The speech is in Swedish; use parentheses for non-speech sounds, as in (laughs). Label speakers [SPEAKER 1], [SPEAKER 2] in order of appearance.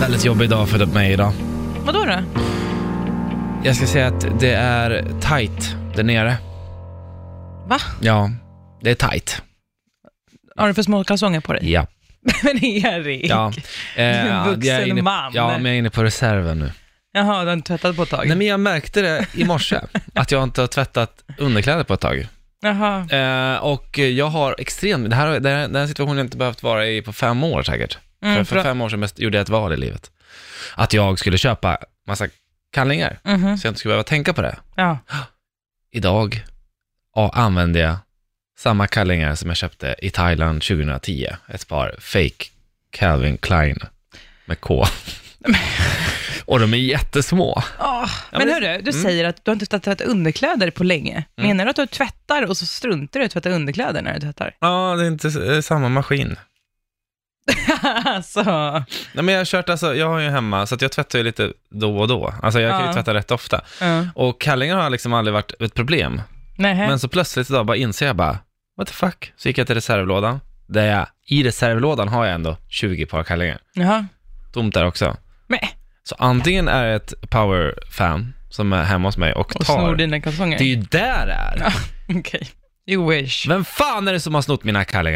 [SPEAKER 1] Väldigt jobbig dag för mig idag.
[SPEAKER 2] Vadå då?
[SPEAKER 1] Jag ska säga att det är tight där nere.
[SPEAKER 2] Va?
[SPEAKER 1] Ja, det är tight.
[SPEAKER 2] Har du för små kalsonger på dig?
[SPEAKER 1] Ja.
[SPEAKER 2] (laughs) men Erik!
[SPEAKER 1] ja. Eh,
[SPEAKER 2] (laughs) Vuxen
[SPEAKER 1] jag är inne,
[SPEAKER 2] man.
[SPEAKER 1] Ja, men jag är inne på reserven nu.
[SPEAKER 2] Jaha, du har inte tvättat på ett tag?
[SPEAKER 1] Nej, men jag märkte det i
[SPEAKER 2] (laughs)
[SPEAKER 1] morse, att jag inte har tvättat underkläder på ett tag.
[SPEAKER 2] Jaha.
[SPEAKER 1] Eh, och jag har extremt, det här, det här, den här situationen har jag inte behövt vara i på fem år säkert.
[SPEAKER 2] Mm,
[SPEAKER 1] för,
[SPEAKER 2] bra.
[SPEAKER 1] för fem år sedan best- gjorde jag ett val i livet. Att jag skulle köpa massa kallingar,
[SPEAKER 2] Mhm.
[SPEAKER 1] så jag inte skulle behöva tänka på det.
[SPEAKER 2] Ja.
[SPEAKER 1] Idag ja, använde jag samma kallingar som jag köpte i Thailand 2010. Ett par fake Calvin Klein med (laughs) K. och de är jättesmå.
[SPEAKER 2] Åh,
[SPEAKER 1] Ja, men-
[SPEAKER 2] men hörru, du
[SPEAKER 1] Mm.
[SPEAKER 2] säger att du har inte tvättat underkläder på länge. Menar du att du tvättar och så struntar du i att tvätta underkläder när du tvättar? (laughs)
[SPEAKER 1] Ja, det är inte eh, samma maskin.
[SPEAKER 2] alltså,
[SPEAKER 1] Nej, men jag har kört, alltså, jag har ju hemma, så att jag tvättar ju lite då och då. Alltså jag kan
[SPEAKER 2] Ja.
[SPEAKER 1] ju tvätta rätt ofta.
[SPEAKER 2] ja.
[SPEAKER 1] Och kallingar har liksom aldrig varit ett problem.
[SPEAKER 2] Nähä.
[SPEAKER 1] Men så plötsligt idag bara inser jag bara, what the fuck? Så gick jag till reservlådan, där jag, i reservlådan har jag ändå 20 par kallingar.
[SPEAKER 2] Jaha.
[SPEAKER 1] Tomt där också.
[SPEAKER 2] Men,
[SPEAKER 1] Så antingen är det ett power-fan som är hemma hos mig och
[SPEAKER 2] och snor
[SPEAKER 1] tar.
[SPEAKER 2] dina kalsonger?
[SPEAKER 1] Det är ju där det är.
[SPEAKER 2] (laughs) Okej. You wish.
[SPEAKER 1] Vem fan är det som har snott mina kallingar?